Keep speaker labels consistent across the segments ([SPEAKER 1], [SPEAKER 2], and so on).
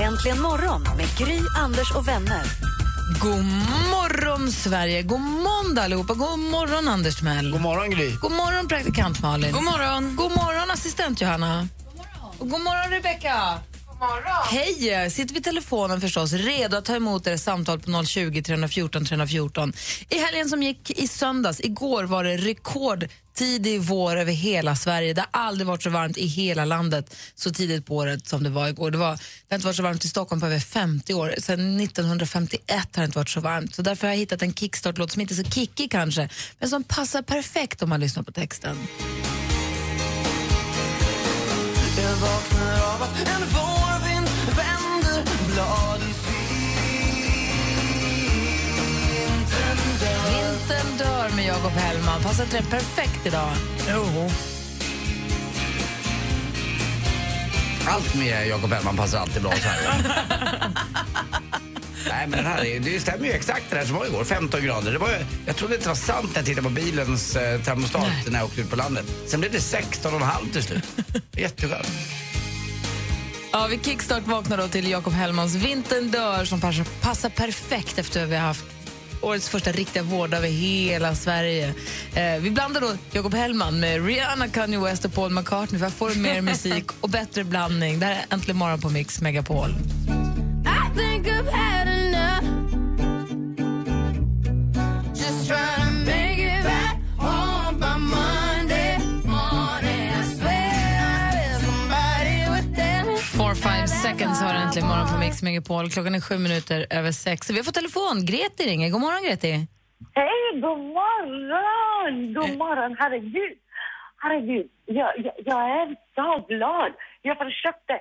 [SPEAKER 1] Äntligen morgon med Gry, Anders och vänner.
[SPEAKER 2] God morgon, Sverige! God måndag, allihopa! God morgon, Anders Mell! God morgon, Gry! God morgon, praktikant Malin! God morgon! God morgon, assistent Johanna! God morgon, God morgon Rebecka! Hej! Sitter vid telefonen förstås, redo att ta emot era samtal på 020 314 314. I helgen som gick i söndags, igår var det rekordtidig vår över hela Sverige. Det har aldrig varit så varmt i hela landet så tidigt på året som det var igår. Det, var, det har inte varit så varmt i Stockholm på över 50 år. Sedan 1951 har det inte varit så varmt. Så därför har jag hittat en kickstart-låt som inte är så kickig kanske, men som passar perfekt om man lyssnar på texten.
[SPEAKER 3] Jag vaknar av att en vårvind vänder blad i vintern dör
[SPEAKER 2] Vintern dör med Jakob Hellman. Passar inte den perfekt idag? Jo.
[SPEAKER 4] Allt med Jakob Hellman passar alltid bra så här. Nej men den här, är- det stämmer ju exakt det där som var igår, 15 grader. Det var, ju- jag trodde inte det var sant när jag tittade på bilens eh, termostat när jag åkte ut på landet. Sen blev det 16,5 till slut. Jätteskönt.
[SPEAKER 2] Ja, vi kickstart vaknar då till Jakob Hellmans Vintern dör som passar, passar perfekt efter att vi har haft årets första riktiga vård över hela Sverige. Eh, vi blandar då Jakob Hellman med Rihanna, Kanye West och Paul McCartney för att få mer musik och bättre blandning. Det här är Äntligen morgon på Mix Megapol.
[SPEAKER 5] I think I've had enough. Just trying to make it back home by Monday morning. I swear I wish somebody would tell me.
[SPEAKER 2] Four five seconds har Äntligen morgon på Mix Megapol. Klockan är sju minuter över sex. Vi har fått telefon. Greti ringer. God morgon, Greti.
[SPEAKER 6] Hej, god morgon! God morgon, herregud. Herregud, jag, jag, jag är så glad. Jag försökte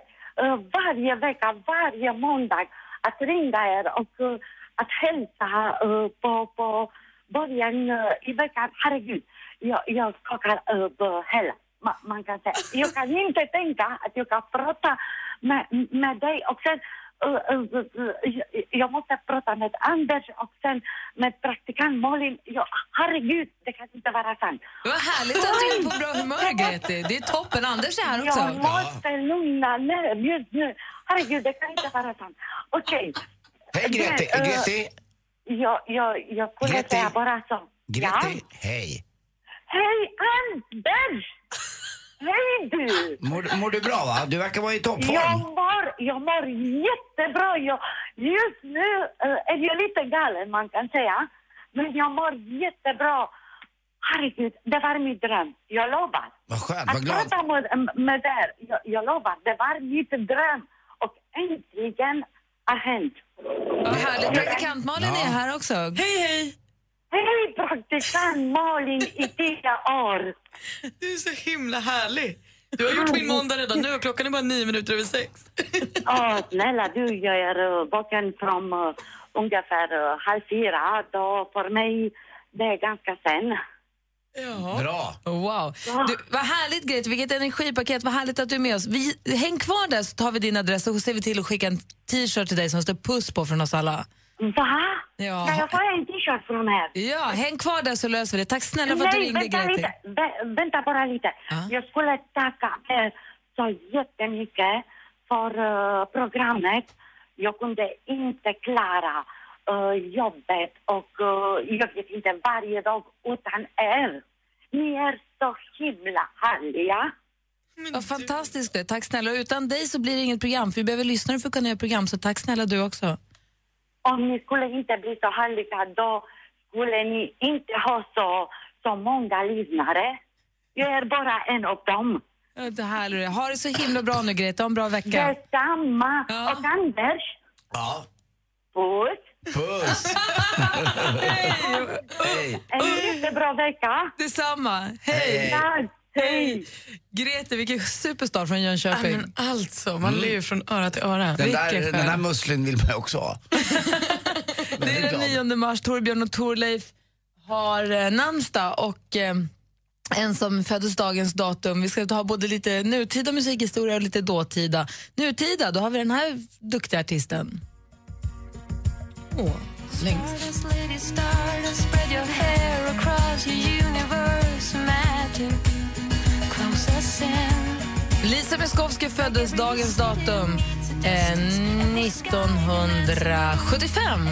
[SPEAKER 6] eh, varje vecka, varje måndag att ringa er och eh, att hälsa eh, på, på början eh, i veckan. Herregud, jag, jag skakar över hela. Man, man kan säga. Jag kan inte tänka att jag kan prata med, med dig och sen eh, eh, eh, jag- jag måste prata med Anders och sen med praktikant Malin. Ja, herregud, det kan inte vara sant.
[SPEAKER 2] Det var härligt att du är på bra humör, Greti. Det är toppen. Anders är här också.
[SPEAKER 6] Jag måste lugna ner mig just nu. Herregud, det kan inte vara sant. Okej.
[SPEAKER 4] Hej Greti!
[SPEAKER 6] Men, eh,
[SPEAKER 4] Greti!
[SPEAKER 6] Jag, jag, jag skulle
[SPEAKER 4] Greti?
[SPEAKER 6] säga bara så. Ja?
[SPEAKER 4] Greti! Hej!
[SPEAKER 6] Hej Anders! Hej du!
[SPEAKER 4] Mår, mår du bra va? Du verkar vara i
[SPEAKER 6] Jag
[SPEAKER 4] toppform.
[SPEAKER 6] mår, jag mår jättebra. Jag, just nu eh, är jag lite galen, man kan säga. Men jag mår jättebra. Herregud, det var min dröm. Jag lovar.
[SPEAKER 4] Vad skönt, vad
[SPEAKER 6] Att
[SPEAKER 4] glad.
[SPEAKER 6] prata med, med er, jag, jag lovar, det var mitt dröm. Och äntligen har hänt.
[SPEAKER 2] Vad härligt. Praktikant Malin är här också. Hej, hej!
[SPEAKER 6] Hej praktikant Malin i tio år!
[SPEAKER 7] Du är så himla härlig. Du har gjort min måndag redan nu och klockan är bara nio minuter över sex.
[SPEAKER 6] Åh, snälla du, jag är eh, vaken från eh, ungefär eh, halv fyra. Då för mig, det är ganska sen.
[SPEAKER 4] Bra.
[SPEAKER 2] Wow. Du, vad härligt, Grete. Vilket energipaket. Vad härligt att du är med oss. Vi, häng kvar där så tar vi din adress och ser vi till att skicka en t-shirt till dig som står puss på från oss alla.
[SPEAKER 6] Va?
[SPEAKER 2] Ja.
[SPEAKER 6] Nej, jag får en t-shirt från här.
[SPEAKER 2] Ja, häng kvar där så löser vi det. Tack snälla för att du
[SPEAKER 6] Nej,
[SPEAKER 2] ringde,
[SPEAKER 6] vänta
[SPEAKER 2] Grete.
[SPEAKER 6] lite. Vä- vänta bara lite. Jag skulle tacka er så jättemycket för eh, programmet. Jag kunde inte klara eh, jobbet och eh, jag vet inte varje dag utan er. Ni är så himla härliga.
[SPEAKER 2] Vad fantastiskt. Grete. Tack snälla. Och Utan dig så blir det inget program. För vi behöver lyssnare för att kunna göra program. Så tack snälla du också.
[SPEAKER 6] Om ni skulle inte bli så härliga då skulle ni inte ha så, så många lyssnare. Jag är bara en av dem.
[SPEAKER 2] Ja, Det här är det. Ha det så himla bra nu, Grete. Ha en bra vecka.
[SPEAKER 6] Detsamma. Och Anders,
[SPEAKER 4] Ja.
[SPEAKER 6] puss.
[SPEAKER 4] Puss! Hej!
[SPEAKER 6] En jättebra vecka.
[SPEAKER 2] Detsamma. Hej!
[SPEAKER 6] Tack. Hej.
[SPEAKER 2] Grete, vilken superstar från Jönköping. Mm.
[SPEAKER 7] Men alltså, man ler ju från öra till öra.
[SPEAKER 4] Den där,
[SPEAKER 2] Vilken
[SPEAKER 4] den
[SPEAKER 2] skön.
[SPEAKER 4] där musslin vill man också ha.
[SPEAKER 2] Det är den 9 mars. Torbjörn och Torleif har eh, namnsdag och eh, en som föddes dagens datum. Vi ska ha både lite nutida musikhistoria och lite dåtida. Nutida, då har vi den här duktiga artisten. Åh, längst. Lisa Miskovsky föddes dagens datum eh, 1975.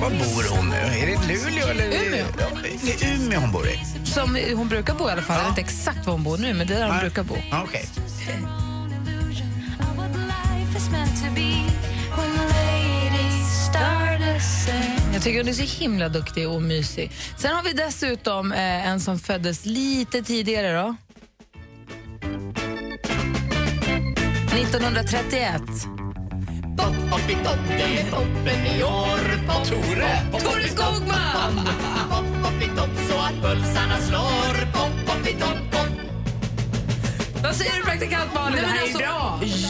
[SPEAKER 4] Var bor hon nu? Är det Luleå eller?
[SPEAKER 2] Umeå.
[SPEAKER 4] Ja, Det är Umeå hon bor i.
[SPEAKER 2] Som hon brukar bo i alla fall. Jag vet inte exakt var hon bor nu, men det är där hon
[SPEAKER 4] Nej.
[SPEAKER 2] brukar bo.
[SPEAKER 4] Ja, Okej.
[SPEAKER 2] Jag tycker hon är så himla duktig och mysig. Sen har vi dessutom eh, en som föddes lite tidigare då. 1931.
[SPEAKER 5] Upp i toppen med toppen i år på Tore
[SPEAKER 2] Tore Skogman!
[SPEAKER 5] Hopp, hopp i topp så att pulsarna slår Hopp, hopp i topp, hopp
[SPEAKER 2] Vad säger du praktikant Malin?
[SPEAKER 7] Nej,
[SPEAKER 2] Det
[SPEAKER 7] men
[SPEAKER 2] här är
[SPEAKER 7] alltså,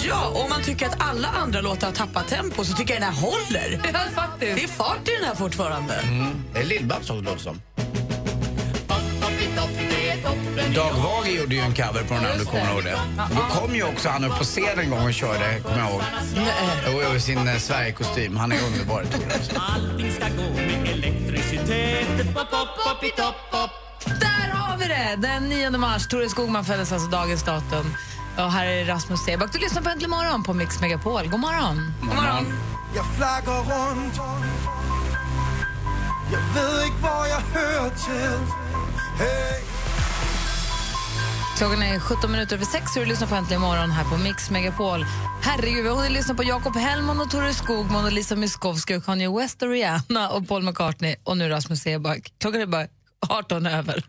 [SPEAKER 2] bra.
[SPEAKER 7] Ja, om man tycker att alla andra låtar har tappat tempo så tycker jag den här håller.
[SPEAKER 2] Ja, faktiskt.
[SPEAKER 7] Det är fart i den här fortfarande.
[SPEAKER 4] Det är Lill-Babs hon låter som.
[SPEAKER 5] Hopp i topp, det är toppen
[SPEAKER 4] Dag Wager gjorde ju en cover på den här, om du kommer ihåg det. Då kom ju också han upp på scen en gång och körde, kommer jag ihåg. Jo, jo, i sin eh, Sverigekostym. Han är underbar, Tore. alltså.
[SPEAKER 5] Allting ska gå med elektricitet Hopp, hopp, hopp i topp, hopp
[SPEAKER 2] Där har vi det! Den 9 mars. Tore Skogman föddes alltså dagens datum. Och här är Rasmus Seback. Du lyssnar på Äntligen morgon på Mix Megapol. God morgon!
[SPEAKER 4] God morgon.
[SPEAKER 3] Jag flaggar runt Jag vet inte vad jag hör till hey.
[SPEAKER 2] Klockan är 17 minuter över sex och du lyssnar på Äntligen morgon här på Mix Megapol. Herregud, vi har hunnit lyssna på Jakob Hellman och Tore Skogman och Lisa Miskovsky och Kanye West och Rihanna och Paul McCartney och nu Rasmus Seback. Klockan är bara 18 över.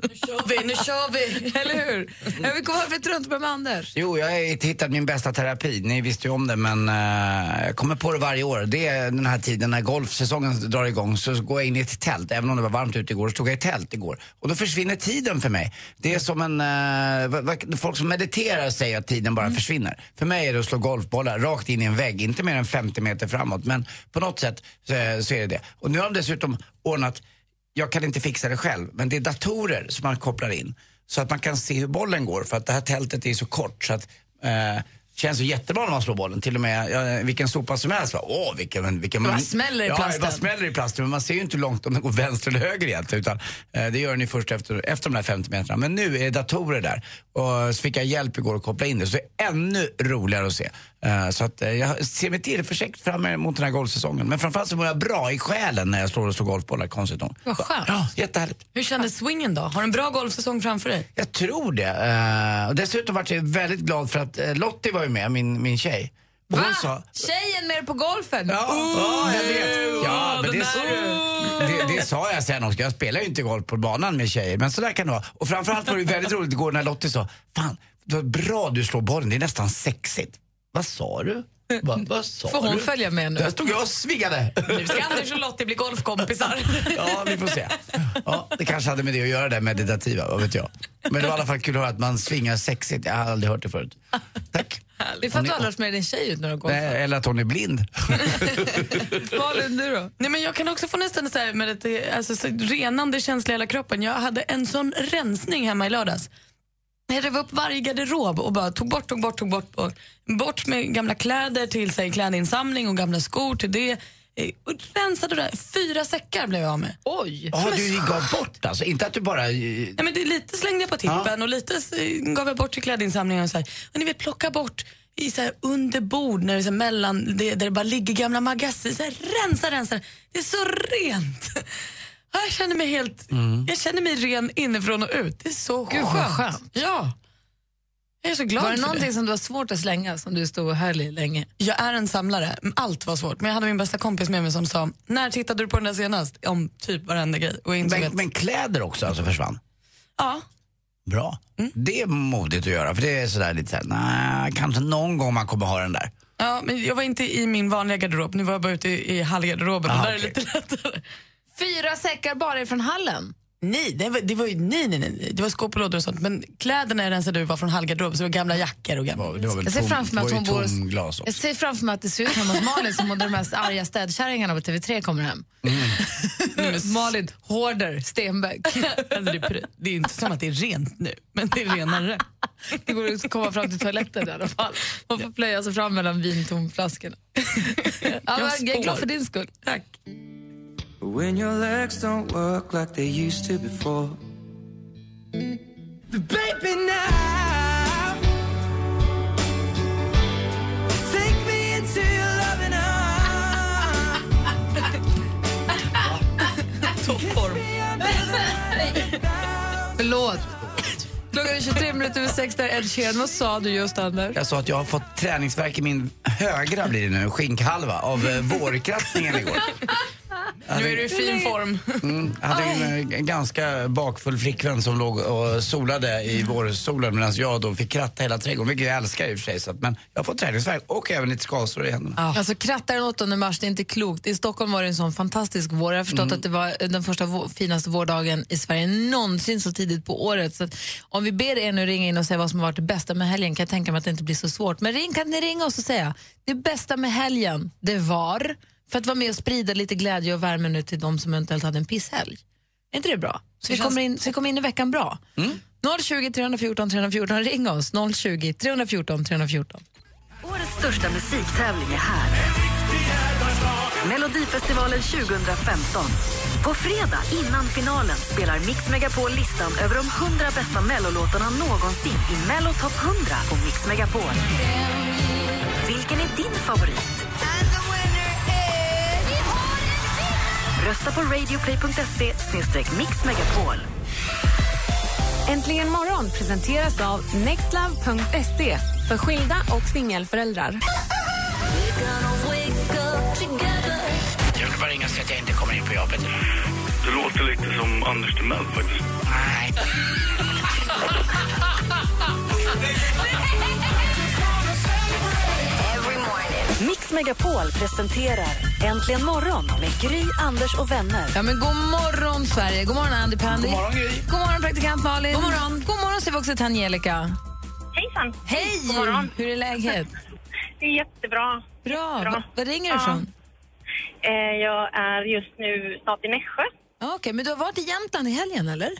[SPEAKER 7] Vi, nu kör vi!
[SPEAKER 2] Eller hur? Ja, vi kommer att runt med Anders.
[SPEAKER 4] Jo, jag har hittat min bästa terapi. Ni visste ju om det, men eh, jag kommer på det varje år. Det är den här tiden när golfsäsongen drar igång så går jag in i ett tält. Även om det var varmt ute igår så stod jag i tält igår. Och då försvinner tiden för mig. Det är som en... eh, vad- vad- folk som mediterar säger att tiden bara försvinner. För mig är det att slå golfbollar rakt in i en vägg. Inte mer än 50 meter framåt, men på något sätt så, så är det det. Och nu har de dessutom ordnat jag kan inte fixa det själv, men det är datorer som man kopplar in. Så att man kan se hur bollen går, för att det här tältet är så kort så att eh, känns ju jättebra när man slår bollen. Till och med ja, vilken sopa som helst. va? Åh, vilken... vilken
[SPEAKER 2] Vad smäller i
[SPEAKER 4] ja,
[SPEAKER 2] plasten.
[SPEAKER 4] vad smäller i plasten. Men man ser ju inte hur långt om den går vänster eller höger egentligen. Utan, eh, det gör den ju först efter, efter de där 50 metrarna. Men nu är det datorer där. Och så fick jag hjälp igår att koppla in det. Så det är ännu roligare att se. Eh, så att, eh, jag ser med tillförsikt fram emot den här golfsäsongen. Men framförallt så mår jag bra i själen när jag slår och slår golfbollar, konstigt nog.
[SPEAKER 2] Vad skönt.
[SPEAKER 4] Ja, jättehärligt.
[SPEAKER 7] Hur kändes swingen då? Har du en bra golfsäsong framför dig?
[SPEAKER 4] Jag tror det. Eh, och dessutom vart jag väldigt glad för att eh, Lottie var ju med, min, min tjej. Och
[SPEAKER 2] Va?
[SPEAKER 4] hon sa...
[SPEAKER 2] Tjejen med er på golfen?
[SPEAKER 4] Ja, ja, jag
[SPEAKER 2] Oh,
[SPEAKER 4] vet. Ja, men
[SPEAKER 7] den
[SPEAKER 4] det, det, det sa jag sen också. Jag spelar ju inte golf på banan med tjejer, men sådär kan det vara. Och framförallt var det ju väldigt roligt igår när Lottie sa, fan vad bra du slår bollen, det är nästan sexigt. Vad sa du? Va, vad sa
[SPEAKER 2] Får hon
[SPEAKER 4] du?
[SPEAKER 2] följa med nu?
[SPEAKER 4] Där stod jag och svingade.
[SPEAKER 7] Nu ska Anders och Lottie bli golfkompisar.
[SPEAKER 4] Ja, vi får se. Ja, det kanske hade med det att göra, det där meditativa, vad vet jag. Men det var i alla fall kul att höra att man svingar sexigt. Jag har aldrig hört det förut. Tack.
[SPEAKER 2] Det är för att du aldrig har varit med din tjej ut när du har golfat.
[SPEAKER 4] Nej, eller att hon är blind.
[SPEAKER 2] Malin, du då?
[SPEAKER 7] Nej, men jag kan också få nästan så här med att det, alltså, så renande känsla i hela kroppen. Jag hade en sån rensning hemma i lördags. Jag rev upp varje garderob och bara tog bort, tog bort, tog bort. Bort, bort med gamla kläder till så här, klädinsamling och gamla skor till det. Eh, Och rensade det. där. Fyra säckar blev jag av med.
[SPEAKER 2] Oj!
[SPEAKER 4] Ja, du gav bort alltså. Inte att du bara... eh,
[SPEAKER 7] Nej, men det, lite slängde jag på tippen och lite eh, gav jag bort till klädinsamlingen. Och så här. Och ni vet, plocka bort i så här under bord, när det är så här mellan, det, där det bara ligger gamla magasin. Så här, rensa, rensa. Det är så rent. Ja, Jag känner mig helt
[SPEAKER 4] Mm.
[SPEAKER 7] Jag känner mig ren inifrån och ut. Det är så skönt.
[SPEAKER 2] Gud, vad skönt.
[SPEAKER 7] Ja. Jag är så glad
[SPEAKER 2] Var det
[SPEAKER 7] för det.
[SPEAKER 2] någonting som du var svårt att slänga som du stod och höll i länge?
[SPEAKER 7] Jag är en samlare. Allt var svårt. Men jag hade min bästa kompis med mig som sa, när tittade du på den där senast? Om typ varenda grej. Och jag insåg
[SPEAKER 4] Men,
[SPEAKER 7] att,
[SPEAKER 4] men kläder också alltså försvann.
[SPEAKER 7] ja,
[SPEAKER 4] Bra.
[SPEAKER 2] Mm.
[SPEAKER 4] Det är modigt att göra, för det är sådär lite såhär, nej, kanske någon gång man kommer ha den där.
[SPEAKER 7] Ja, men jag var inte i min vanliga garderob. Nu var jag bara ute i, i hallgarderoben.
[SPEAKER 4] Ah,
[SPEAKER 7] och där är det
[SPEAKER 4] okej.
[SPEAKER 7] lite lättare.
[SPEAKER 2] Fyra säckar bara ifrån hallen?
[SPEAKER 7] Nej, det var, det var ju, nej, nej, nej, nej. det var skåp och lådor och sånt. Men kläderna jag rensade ur var från halvgarderob, så det var gamla jackor och gamla...
[SPEAKER 4] Det var väl
[SPEAKER 2] Jag ser
[SPEAKER 4] tom-
[SPEAKER 2] framför mig
[SPEAKER 4] det
[SPEAKER 2] att hon
[SPEAKER 4] var ju
[SPEAKER 2] bor...
[SPEAKER 4] tomglas
[SPEAKER 2] Jag
[SPEAKER 4] också.
[SPEAKER 2] ser framför mig att det ser ut hemma hos Malin som de mest arga städkärringarna på TV3 kommer hem. Malin, Hårder, Stenbeck.
[SPEAKER 7] Mm. Alltså, det, är pr- det är inte som att det är rent nu, men det är renare.
[SPEAKER 2] Det går att komma fram till toaletten i alla fall. Man får plöja sig fram mellan vintomflaskorna. Ja, men jag är glad för din skull. Tack.
[SPEAKER 3] When your legs don't work like they used to before Baby now Take me into your loving arms
[SPEAKER 2] Toppform. Förlåt. Klockan är 23 minuter över sex där Ed Sheeran. Vad sa du just, Anders?
[SPEAKER 4] Jag sa att jag har fått träningsverk i min högra blir det nu, skinkhalva, av eh, vårkrattningen igår.
[SPEAKER 7] Nu är du i fin form.
[SPEAKER 4] Mm, jag hade ju en, eh, ganska bakfull flickvän som låg och solade i vårsolen medan jag då fick kratta hela trädgården, vilket jag älskar i och för sig. Så att, men jag har fått träningsvärk och även lite skavsår i händerna.
[SPEAKER 2] Alltså krattar den 8 mars, det är inte klokt. I Stockholm var det en sån fantastisk vår. Jag har förstått att det var eh, den första vå- finaste vårdagen i Sverige någonsin så tidigt på året. Så att om vi ber er nu ringa in och säga vad som har varit det bästa med helgen kan jag tänka mig att det inte blir så svårt. Men ring, kan ni ringa oss och säga det bästa med helgen, det var för att vara med och sprida lite glädje och värme nu till de som eventuellt hade en pisshelg. Är inte det bra? Så vi kommer in, så vi kommer in i veckan bra. 020 314 314, ring oss. 020 314 314.
[SPEAKER 1] Årets största musiktävling är här. Melodifestivalen 2015. På fredag innan finalen spelar Mix Megapol listan över de 100 bästa mellolåtarna någonsin i Mello Top 100 på Mix Megapol. Vilken är din favorit? Rösta på radioplay.se mixmegapol.
[SPEAKER 8] Äntligen morgon presenteras av nextlove.se för skilda och singelföräldrar.
[SPEAKER 4] Jag vill bara ringa och säga att jag inte kommer in på jobbet.
[SPEAKER 9] Du låter lite som Anders Timell faktiskt.
[SPEAKER 4] Nej.
[SPEAKER 1] Mix Megapol presenterar Äntligen morgon med Gry, Anders och vänner.
[SPEAKER 2] Ja, men god morgon, Sverige. God morgon, Andy Pandy.
[SPEAKER 1] God morgon, Gry.
[SPEAKER 2] God morgon, praktikant Malin. God morgon. God morgon säger vi också till Angelica.
[SPEAKER 10] Hejsan!
[SPEAKER 2] Hej!
[SPEAKER 10] God morgon.
[SPEAKER 2] Hur är läget?
[SPEAKER 10] Det är jättebra.
[SPEAKER 2] Bra.
[SPEAKER 10] Bra.
[SPEAKER 2] Var, var ringer du
[SPEAKER 10] Ja.
[SPEAKER 2] ifrån?
[SPEAKER 10] Eh, jag är just nu snart i Nässjö.
[SPEAKER 2] Ja, Okej, men du har varit i Jämtland i helgen, eller?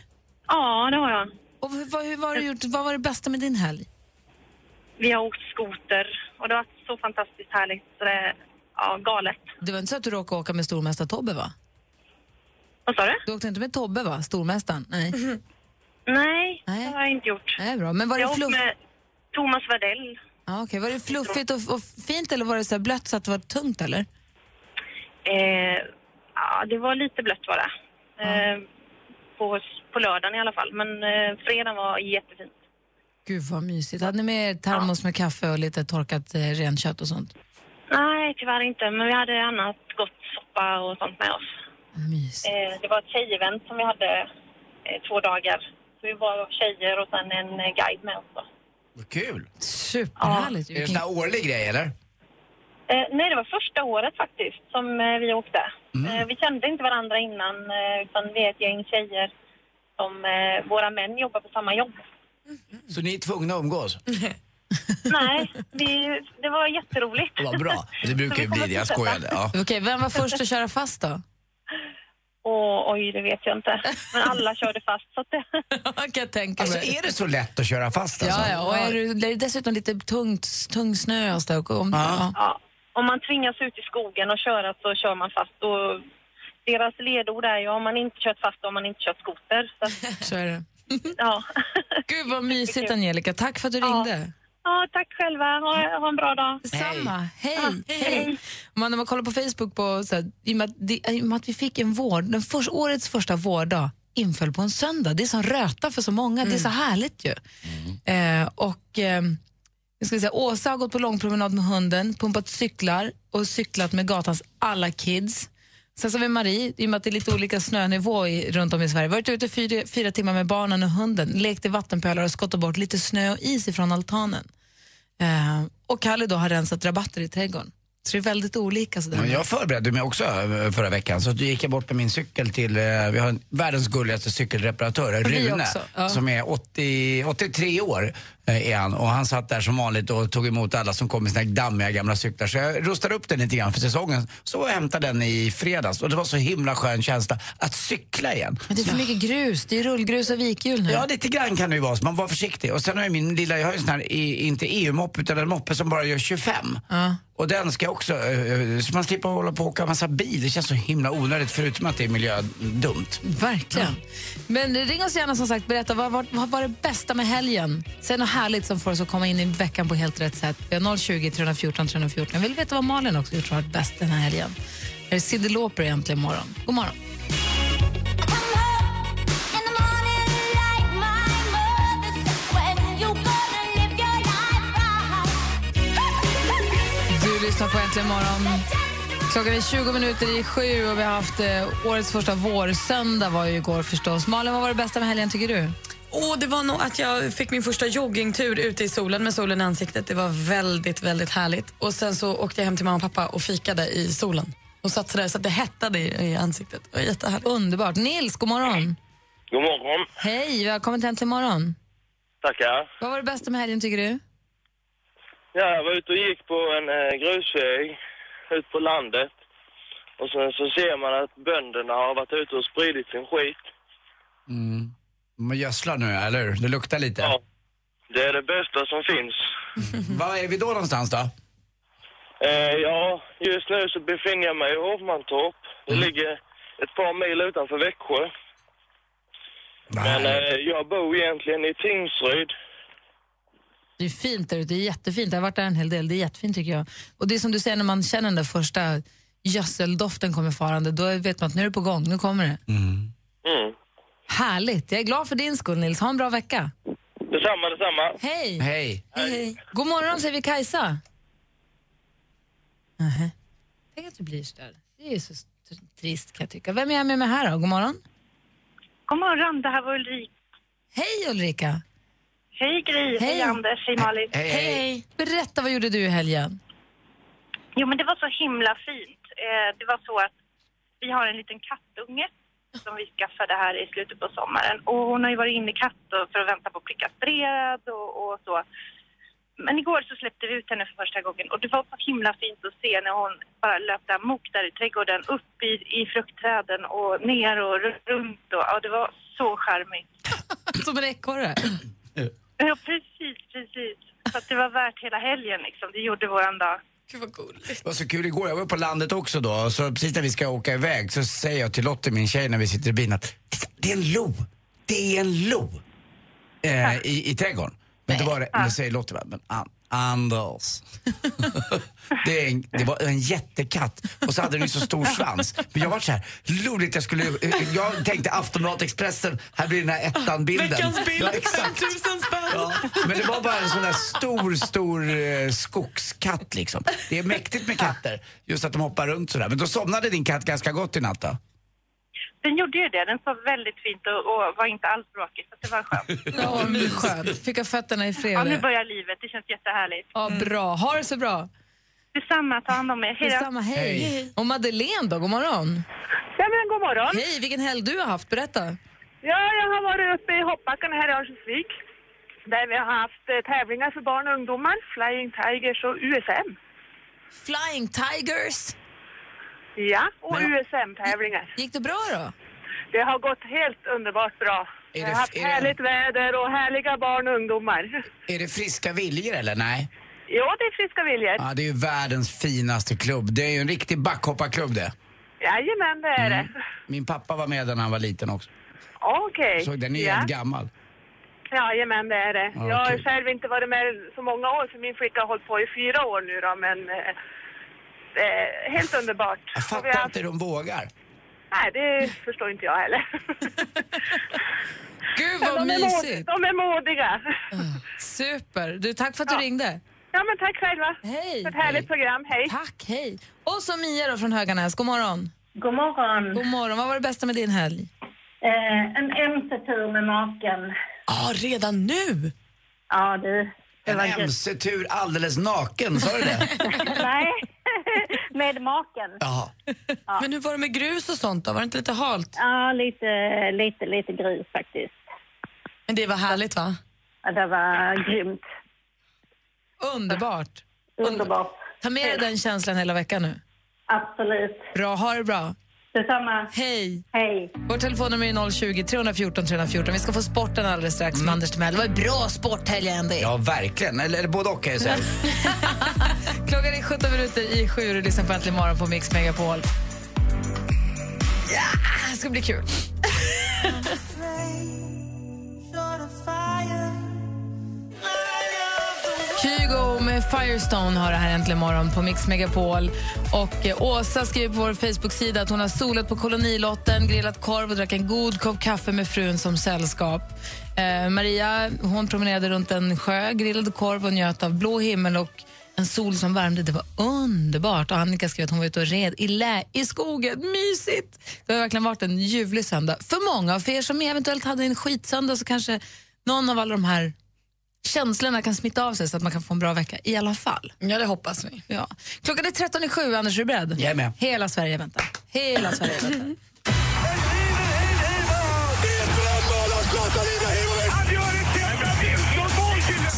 [SPEAKER 10] Ja, det har jag.
[SPEAKER 2] Och hur, vad, hur, vad, har du gjort, vad var det bästa med din helg?
[SPEAKER 10] Vi har åkt skoter och det har varit så fantastiskt härligt så det är ja, galet.
[SPEAKER 2] Det var inte så att du råkade åka med stormästare Tobbe, va?
[SPEAKER 10] Vad sa du?
[SPEAKER 2] Du åkte inte med Tobbe, va? Stormästaren? Nej.
[SPEAKER 10] Nej, det har jag inte gjort.
[SPEAKER 2] Nej, bra. Men var
[SPEAKER 10] jag
[SPEAKER 2] det
[SPEAKER 10] har åkt
[SPEAKER 2] fluff...
[SPEAKER 10] med Thomas Wardell.
[SPEAKER 2] Ja, Okej, var det fluffigt och, och fint eller var det så här blött så att det var tungt, eller?
[SPEAKER 10] Eh, ja, det var lite blött var det. Eh, på, på lördagen i alla fall, men eh, fredagen var jättefin.
[SPEAKER 2] Gud, vad mysigt. Hade ni med er termos med kaffe och lite torkat eh, renkött och sånt?
[SPEAKER 10] Nej, tyvärr inte. Men vi hade annat gott soppa och sånt med oss. Eh, det var ett tjejevent som vi hade eh, två dagar. Så vi var tjejer och sen en eh, guide med oss. Då.
[SPEAKER 4] Vad kul!
[SPEAKER 2] Superhärligt.
[SPEAKER 4] Är det en sån här årlig grej eller?
[SPEAKER 10] Eh, nej, det var första året faktiskt som eh, vi åkte. Eh, vi kände inte varandra innan, eh, utan vi är ett gäng tjejer som eh, våra män jobbar på samma jobb.
[SPEAKER 4] Så ni är tvungna att umgås?
[SPEAKER 10] nej, det, det var jätteroligt.
[SPEAKER 4] Vad bra. Det brukar ju bli det, jag skojade. Ja.
[SPEAKER 2] Okej, vem var först att köra fast då?
[SPEAKER 10] Och, oj, det vet jag inte. Men alla körde fast. Så att det...
[SPEAKER 2] kan jag tänka
[SPEAKER 4] Alltså är det så lätt att köra fast alltså?
[SPEAKER 2] Ja, ja, och är det, det är dessutom lite tungt, tung snö och så där, och om, ja.
[SPEAKER 10] Ja, om man tvingas ut i skogen och köra så kör man fast. Och deras ledord är ju om man inte kört fast om man inte kört skoter. Så att,
[SPEAKER 2] så är det.
[SPEAKER 10] ja.
[SPEAKER 2] Gud vad mysigt Angelica, tack för att du ringde.
[SPEAKER 10] ja, tack själva. Ha, ha en bra dag.
[SPEAKER 2] Samma. Hej. Hej. Man, när man kollar på Facebook, på, så här, i, och med att, det, i och med att vi fick en vård, den förs- årets första vårdag inföll på en söndag. Det är som röta för så många, det är så härligt ju. Eh, och, eh, jag ska säga, Åsa har gått på långpromenad med hunden, pumpat cyklar och cyklat med gatans alla kids. Sen så har vi Marie, i och med att det är lite olika snönivå i, runt om i Sverige, varit ute fyra, fyra timmar med barnen och hunden, lekt i vattenpölar och skottat bort lite snö och is ifrån altanen. Eh, och Kalle då har rensat rabatter i trädgården. Så det är väldigt olika. Sådär.
[SPEAKER 4] Men jag förberedde mig också eh, förra veckan så då gick jag bort med min cykel till, eh, vi har en, världens gulligaste cykelreparatör,
[SPEAKER 2] Och vi
[SPEAKER 4] Rune,
[SPEAKER 2] också, ja.
[SPEAKER 4] som är 80, 83 år. eh, Är han. Och han satt där som vanligt och tog emot alla som kom med sina dammiga gamla cyklar. Så jag rustade upp den lite grann för säsongen. Så var jag och hämtade den i fredags och det var så himla skön känsla att cykla igen.
[SPEAKER 2] Men det är för mycket grus. Det är rullgrus och vikhjul nu.
[SPEAKER 4] Ja, lite grann kan det ju vara, så man var försiktig. Och sen har jag min lilla, jag har ju en sån här, i- inte EU-moppe, utan en moppe som bara gör 25.
[SPEAKER 2] Ja.
[SPEAKER 4] Och den ska jag också, eh, eh, så man slipper hålla på och åka massa bil. Det känns så himla onödigt, förutom att det är miljödumt.
[SPEAKER 2] Verkligen. Men ring oss gärna som sagt. Berätta, vad var, vad var det bästa med helgen? Säg något härligt som får oss att komma in i veckan på helt rätt sätt. Vi har 020 314 314. Jag vill veta vad Malin också gjort som varit bäst den här helgen. Här är Cyndi Lauper egentligen imorgon. God morgon. Du lyssnar på Äntligen morgon. Klockan är 20 minuter i sju och vi har haft eh, årets första vårsöndag var ju igår förstås. Malin, vad var det bästa med helgen tycker du?
[SPEAKER 7] Och det var nog att jag fick min första joggingtur ute i solen med solen i ansiktet. Det var väldigt, väldigt härligt. Och sen så åkte jag hem till mamma och pappa och fikade i solen. Och satt sådär så att det hettade i, i ansiktet. Det var jättehärligt.
[SPEAKER 2] Underbart. Nils, god morgon.
[SPEAKER 11] God morgon.
[SPEAKER 2] Hej, välkommen till Äntligen morgon.
[SPEAKER 11] Tackar.
[SPEAKER 2] Vad var det bästa med helgen tycker du?
[SPEAKER 11] Ja, jag var ute och gick på en eh, grusväg ut på landet. Och sen så ser man att bönderna har varit ute och spridit sin skit.
[SPEAKER 4] Mm. Man gödslar nu, eller hur? Det luktar lite.
[SPEAKER 11] Det är det bästa som finns.
[SPEAKER 4] Var är vi då någonstans då?
[SPEAKER 11] Eh, ja, just nu så befinner jag mig i Hovmantorp. Det ligger ett par mil utanför Växjö. Men eh, jag bor egentligen i Tingsryd.
[SPEAKER 2] Det är fint där ute, det är jättefint. Jag har varit där en hel del, det är jättefint tycker jag. Och det är som du säger när man känner den där första gödseldoften kommer farande, då vet man att nu är det på gång, nu kommer det.
[SPEAKER 11] Mm.
[SPEAKER 2] Härligt, jag är glad för din skull Nils, ha en bra vecka.
[SPEAKER 11] Detsamma, detsamma.
[SPEAKER 2] Hej!
[SPEAKER 4] Hej!
[SPEAKER 2] Hej, hej. God morgon säger vi Kajsa. Nähä. Tänk att du blir sådär. Det är ju så tr- trist kan jag tycka. Vem är jag med mig här då? God morgon.
[SPEAKER 12] God morgon, det här var Ulrika.
[SPEAKER 2] Hej Ulrika!
[SPEAKER 12] Hej Gry, hej,
[SPEAKER 2] Hej.
[SPEAKER 12] Anders, hej Malin.
[SPEAKER 2] Berätta, vad gjorde du i helgen?
[SPEAKER 12] Jo men det var så himla fint. Eh, det var så att vi har en liten kattunge som vi skaffade här i slutet på sommaren. Och hon har ju varit inne i katt och- för att vänta på att bli kastrerad och, och så. Men igår så släppte vi ut henne för första gången och det var så himla fint att se när hon bara löpte amok där i trädgården, upp i, i fruktträden och ner och r- runt och ja, det var så charmigt.
[SPEAKER 2] Som en ekorre?
[SPEAKER 12] Ja, precis, precis. Så att det var värt hela helgen liksom. Det gjorde våran dag.
[SPEAKER 7] Gud vad cool.
[SPEAKER 4] Det var så kul igår, jag var på landet också då. Och Så precis när vi ska åka iväg så säger jag till Lottie, min tjej, när vi sitter i bilen att "Titta, det är en lo. Det är en lo. Eh, i, I trädgården. Men det var det, men då säger Lottie bara, men An- Anders. det, är en, det var en jättekatt och så hade den ju så stor svans. Men jag var så här, roligt jag skulle, eh, jag tänkte Aftonbladet Expressen, här blir den här ettan-bilden.
[SPEAKER 5] Veckans bild.
[SPEAKER 4] Ja, exakt.
[SPEAKER 5] Tusen spänn.
[SPEAKER 4] Men det var bara en sån där stor, stor eh, skogskatt liksom. Det är mäktigt med katter, just att de hoppar runt sådär. Men då somnade din katt ganska gott i natt då?
[SPEAKER 12] Den gjorde ju det. Den sov väldigt fint och, och var inte alls bråkig. Så att det var skönt.
[SPEAKER 2] Ja, vad skönt. Fick jag fötterna i fred.
[SPEAKER 12] Ja, nu börjar livet. Det känns jättehärligt.
[SPEAKER 2] Ja, bra. Ha det så bra.
[SPEAKER 12] Detsamma. Ta hand om er. Hej då.
[SPEAKER 2] Detsamma, hej. Och Madeleine då, god morgon.
[SPEAKER 13] Ja, men god morgon.
[SPEAKER 2] Hej, vilken helg du har haft, berätta.
[SPEAKER 13] Ja, jag har varit uppe i hoppbacken här i Örnsköldsvik. Där vi har haft eh, tävlingar för barn och ungdomar, Flying Tigers och USM.
[SPEAKER 2] Flying Tigers?
[SPEAKER 13] Ja, och USM-tävlingar.
[SPEAKER 2] Gick det bra då?
[SPEAKER 13] Det har gått helt underbart bra. Vi har
[SPEAKER 4] det-
[SPEAKER 13] haft
[SPEAKER 4] är det-
[SPEAKER 13] härligt väder och härliga barn och ungdomar.
[SPEAKER 4] Är det friska viljor eller nej?
[SPEAKER 13] Jo, det är friska viljor.
[SPEAKER 4] Ja, det är ju världens finaste klubb. Det är ju en riktig backhopparklubb det.
[SPEAKER 13] Jajamän, det är det.
[SPEAKER 4] Min pappa var med när han var liten också.
[SPEAKER 13] Okej.
[SPEAKER 4] Såg den är
[SPEAKER 13] ja.
[SPEAKER 4] helt gammal.
[SPEAKER 13] Jajamän, det är det.
[SPEAKER 4] Ja,
[SPEAKER 13] Jag har
[SPEAKER 4] okej.
[SPEAKER 13] själv inte varit med så många år, för min flicka har hållit på i fyra år nu då, men eh, det är helt underbart.
[SPEAKER 4] Ah, Jag
[SPEAKER 13] Och vi har
[SPEAKER 4] fattar inte hur de vågar.
[SPEAKER 13] Nej, det förstår inte jag heller.
[SPEAKER 2] Gud,
[SPEAKER 13] Men
[SPEAKER 2] vad
[SPEAKER 13] de är mod-
[SPEAKER 2] mysigt.
[SPEAKER 13] De är modiga.
[SPEAKER 2] Super. Du, tack för att du ringde.
[SPEAKER 13] Ja, men tack själva.
[SPEAKER 2] Hej.
[SPEAKER 13] Ett härligt program. Hej.
[SPEAKER 2] Tack, hej. Och så Mia då från Höganäs, god morgon.
[SPEAKER 14] God morgon.
[SPEAKER 2] God morgon. Vad var det bästa med din helg?
[SPEAKER 14] Eh, en MC-tur med maken.
[SPEAKER 7] Ja, redan nu?
[SPEAKER 14] Ja, du.
[SPEAKER 4] En MC-tur alldeles naken, sa du det?
[SPEAKER 14] Nej, Med maken.
[SPEAKER 7] Jaha. Men hur var det med grus och sånt då? Var det inte lite halt?
[SPEAKER 14] Ja, lite, lite, lite grus faktiskt.
[SPEAKER 7] Men det var härligt va?
[SPEAKER 14] Ja, Det var grymt.
[SPEAKER 2] Underbart.
[SPEAKER 14] Underbart.
[SPEAKER 2] Ta med dig den känslan hela veckan nu.
[SPEAKER 14] Absolut.
[SPEAKER 2] Bra, ha det bra.
[SPEAKER 14] Detsamma.
[SPEAKER 2] Hej.
[SPEAKER 14] Hej.
[SPEAKER 2] Vårt telefonnummer är 020 314 314. Vi ska få sporten alldeles strax med Anders Timell. Det var en bra sporthelg ändå.
[SPEAKER 4] Ja, verkligen. Eller, eller både och kan jag säga.
[SPEAKER 2] Klockan är 17 minuter i sju och du lyssnar på Äntligen morgon på Mix Megapol. Ja, det ska bli kul. Kygo med Firestone har det här äntligen morgon på Mix Megapol. Och eh, Åsa skriver på vår Facebook-sida att hon har solat på kolonilotten, grillat korv och drack en god kopp kaffe med frun som sällskap. Eh, Maria hon promenerade runt en sjö, grillade korv och njöt av blå himmel och en sol som värmde. Det var underbart. Och Annika skrev att hon var ute och red i lä i skogen. Mysigt! Det har verkligen varit en ljuvlig söndag. För många och för er som eventuellt hade en skitsöndag så kanske någon av alla de här känslorna kan smitta av sig så att man kan få en bra vecka i alla fall.
[SPEAKER 7] Ja, det hoppas vi.
[SPEAKER 2] Ja. Klockan är 13 i sju. Anders, är du beredd?
[SPEAKER 4] Jag är med.
[SPEAKER 2] Hela Sverige väntar. Hela Sverige
[SPEAKER 7] Mm.
[SPEAKER 2] väntar.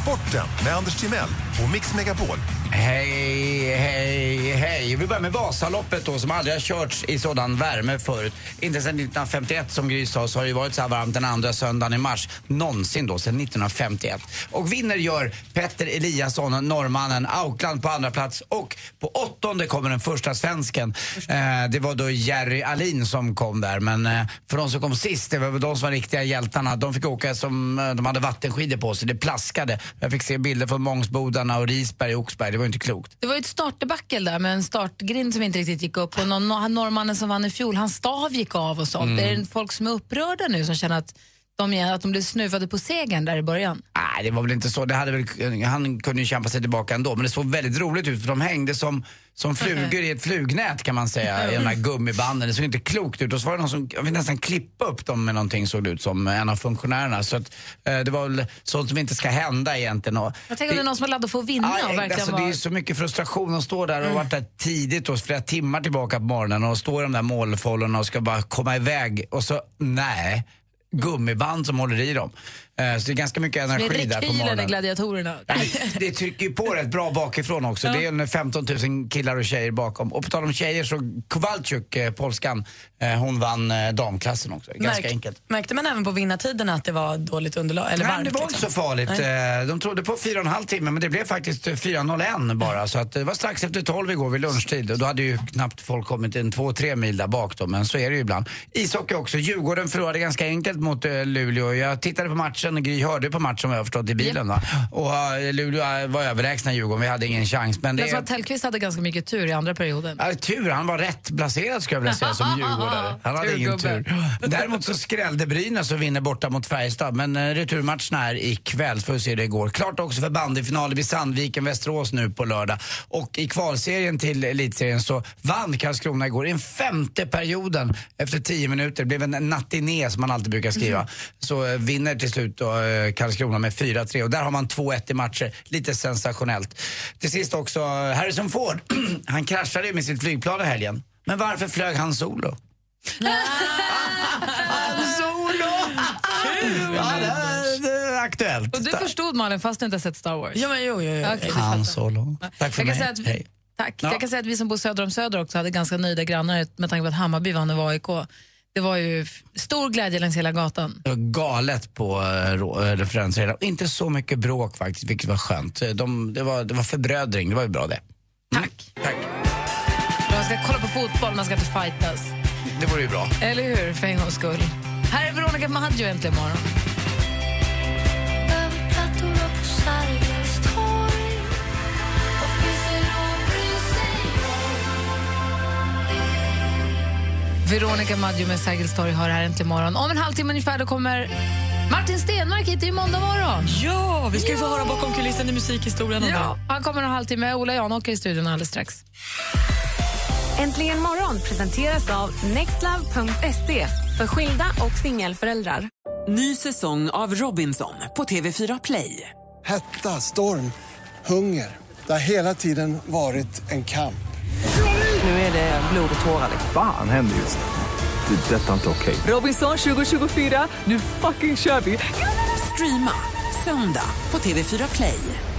[SPEAKER 15] Sporten med Anders Timell och Mix Megapol.
[SPEAKER 4] Hej, hej, hej. Vi börjar med Vasaloppet då, som aldrig har körts i sådan värme förut. Inte sedan 1951 som Gry sa, så har det ju varit så här varmt den andra söndagen i mars. Någonsin då, sedan 1951. Och vinner gör Petter Eliasson, norrmannen, Aukland på andra plats och på åttonde kommer den första svensken. Eh, det var då Jerry Alin som kom där, men eh, för de som kom sist, det var väl de som var riktiga hjältarna. De fick åka som, eh, de hade vattenskidor på sig, det plaskade. Jag fick se bilder från Mångsbodarna och Risberg och Oxberg, det var ju inte klokt.
[SPEAKER 2] Det var ju ett startdebacle där med en startgrind som inte riktigt gick upp och någon, han norrmannen som vann i fjol, hans stav gick av och sånt.
[SPEAKER 4] Mm.
[SPEAKER 2] Är det folk som är upprörda nu som känner att de, är- att de blev snuvade på segern där i början?
[SPEAKER 4] Nej, det var väl inte så. Det hade väl, han kunde ju kämpa sig tillbaka ändå, men det såg väldigt roligt ut för de hängde som, som flugor i ett flugnät kan man säga, i de här gummibanden. Det såg inte klokt ut. Och så var det någon som jag vill nästan klippa upp dem med någonting såg det ut som, en av funktionärerna. Så att, eh, det var väl sånt som inte ska hända egentligen. Och
[SPEAKER 2] Jag tänker om det
[SPEAKER 4] det-
[SPEAKER 2] är någon som har laddat för att vinna
[SPEAKER 4] Ja,
[SPEAKER 2] och verkligen
[SPEAKER 4] alltså, Det är
[SPEAKER 2] var... Mm.
[SPEAKER 4] ju så mycket frustration att stå där och varit där tidigt och flera timmar tillbaka på morgonen och stå i de där målfållorna och ska bara komma iväg och så, nej, gummiband som håller i dem. Eh, Så det är ganska mycket
[SPEAKER 2] Med
[SPEAKER 4] energi där på
[SPEAKER 2] rekylen i
[SPEAKER 4] morgonen.
[SPEAKER 2] gladiatorerna.
[SPEAKER 4] Det- Det trycker ju på rätt bra bakifrån också.
[SPEAKER 2] Ja.
[SPEAKER 4] Det är en 15 000 killar och tjejer bakom. Och på tal om tjejer så Kowalczyk, eh, polskan, eh, hon vann eh, damklassen också. Ganska
[SPEAKER 7] Märk-
[SPEAKER 4] enkelt.
[SPEAKER 7] Märkte man även på vinnartiderna att det var dåligt underlag? Eller
[SPEAKER 4] Nej,
[SPEAKER 7] varmt,
[SPEAKER 4] det var
[SPEAKER 7] liksom?
[SPEAKER 4] inte så farligt.
[SPEAKER 7] Nej.
[SPEAKER 4] Eh, De trodde på 4,5 timme men det blev faktiskt eh, 4.01 bara. Så att det var strax efter 12 igår vid lunchtid. Och då hade ju knappt folk kommit en 2-3 mil där bak då. Men så är det ju ibland. Ishockey också. Djurgården förlorade ganska enkelt mot eh, Luleå. Jag tittade på matchen, Gry hörde på matchen vad jag förstått i bilen va. Och eh, Luleå eh, var överlägsna Djurgården, vi hade ingen chans. Men det
[SPEAKER 2] Jag tror att Tellqvist hade ganska mycket tur i andra perioden.
[SPEAKER 4] Ja, tur, han var rätt placerad skulle jag vilja säga som djurgårdare. Han hade ingen
[SPEAKER 2] Turgubbe.
[SPEAKER 4] tur. Däremot så skrällde Brynäs och vinner borta mot Färjestad. Men eh, returmatchen är ikväll, får vi se hur det går. Klart också för bandyfinalen vid Sandviken-Västerås nu på lördag. Och i kvalserien till elitserien så vann Karlskrona igår i den femte perioden efter tio minuter. Det blev en nattiné som man alltid brukar skriva. Så eh, vinner till slut då, eh, Karlskrona med 4-3 och där har man 2-1 i matcher. Lite sensationellt. Till sist också eh, Harrison Ford. han kraschade ju med sitt flygplan i helgen. Men varför flög han solo? Ja, det är- det är aktuellt.
[SPEAKER 2] Och du förstod Malin fast du inte har sett Star Wars?
[SPEAKER 7] Ja, men jo, jo, jo.
[SPEAKER 2] Okej.
[SPEAKER 4] Han solo. Tack för
[SPEAKER 2] jag kan
[SPEAKER 4] mig.
[SPEAKER 2] säga att vi,
[SPEAKER 4] Hej.
[SPEAKER 2] tack.
[SPEAKER 4] Ja.
[SPEAKER 2] Jag kan säga att vi som bor söder om Söder också hade ganska nöjda grannar med tanke på att Hammarby vann över AIK. Det var ju f- stor glädje längs hela gatan.
[SPEAKER 4] Det var galet på eh, rå- eh, referensredan. Och Inte så mycket bråk faktiskt, vilket var skönt. Eh, De, det, var, det var förbrödring, det var ju bra det. Mm.
[SPEAKER 2] Man ska kolla på fotboll, man ska inte fightas.
[SPEAKER 4] Det vore ju bra.
[SPEAKER 2] Eller hur? För en gångs skull. Här är Veronica Maggio äntligen morgon. Veronica Maggio med Sergels torg har här äntligen morgon. Om en halvtimme ungefär då kommer Martin Stenmark hit. Det är ju måndag morgon.
[SPEAKER 7] Ja, vi ska ju få höra bakom kulissen i musikhistorien. Anna.
[SPEAKER 2] Ja, han kommer en halvtimme. Ola Janåker i studion alldeles strax.
[SPEAKER 8] Äntligen morgon presenteras av nextlove.se för skilda och singelföräldrar.
[SPEAKER 16] Ny säsong av Robinson på TV4 Play.
[SPEAKER 17] Hetta, storm, hunger. Det har hela tiden varit en kamp.
[SPEAKER 18] Nu är det blod och tårar. Liksom.
[SPEAKER 7] Fan händer just nu. Det. är detta är inte okej.
[SPEAKER 13] Robinson 2024, nu fucking kör vi! Streama söndag på TV4 Play.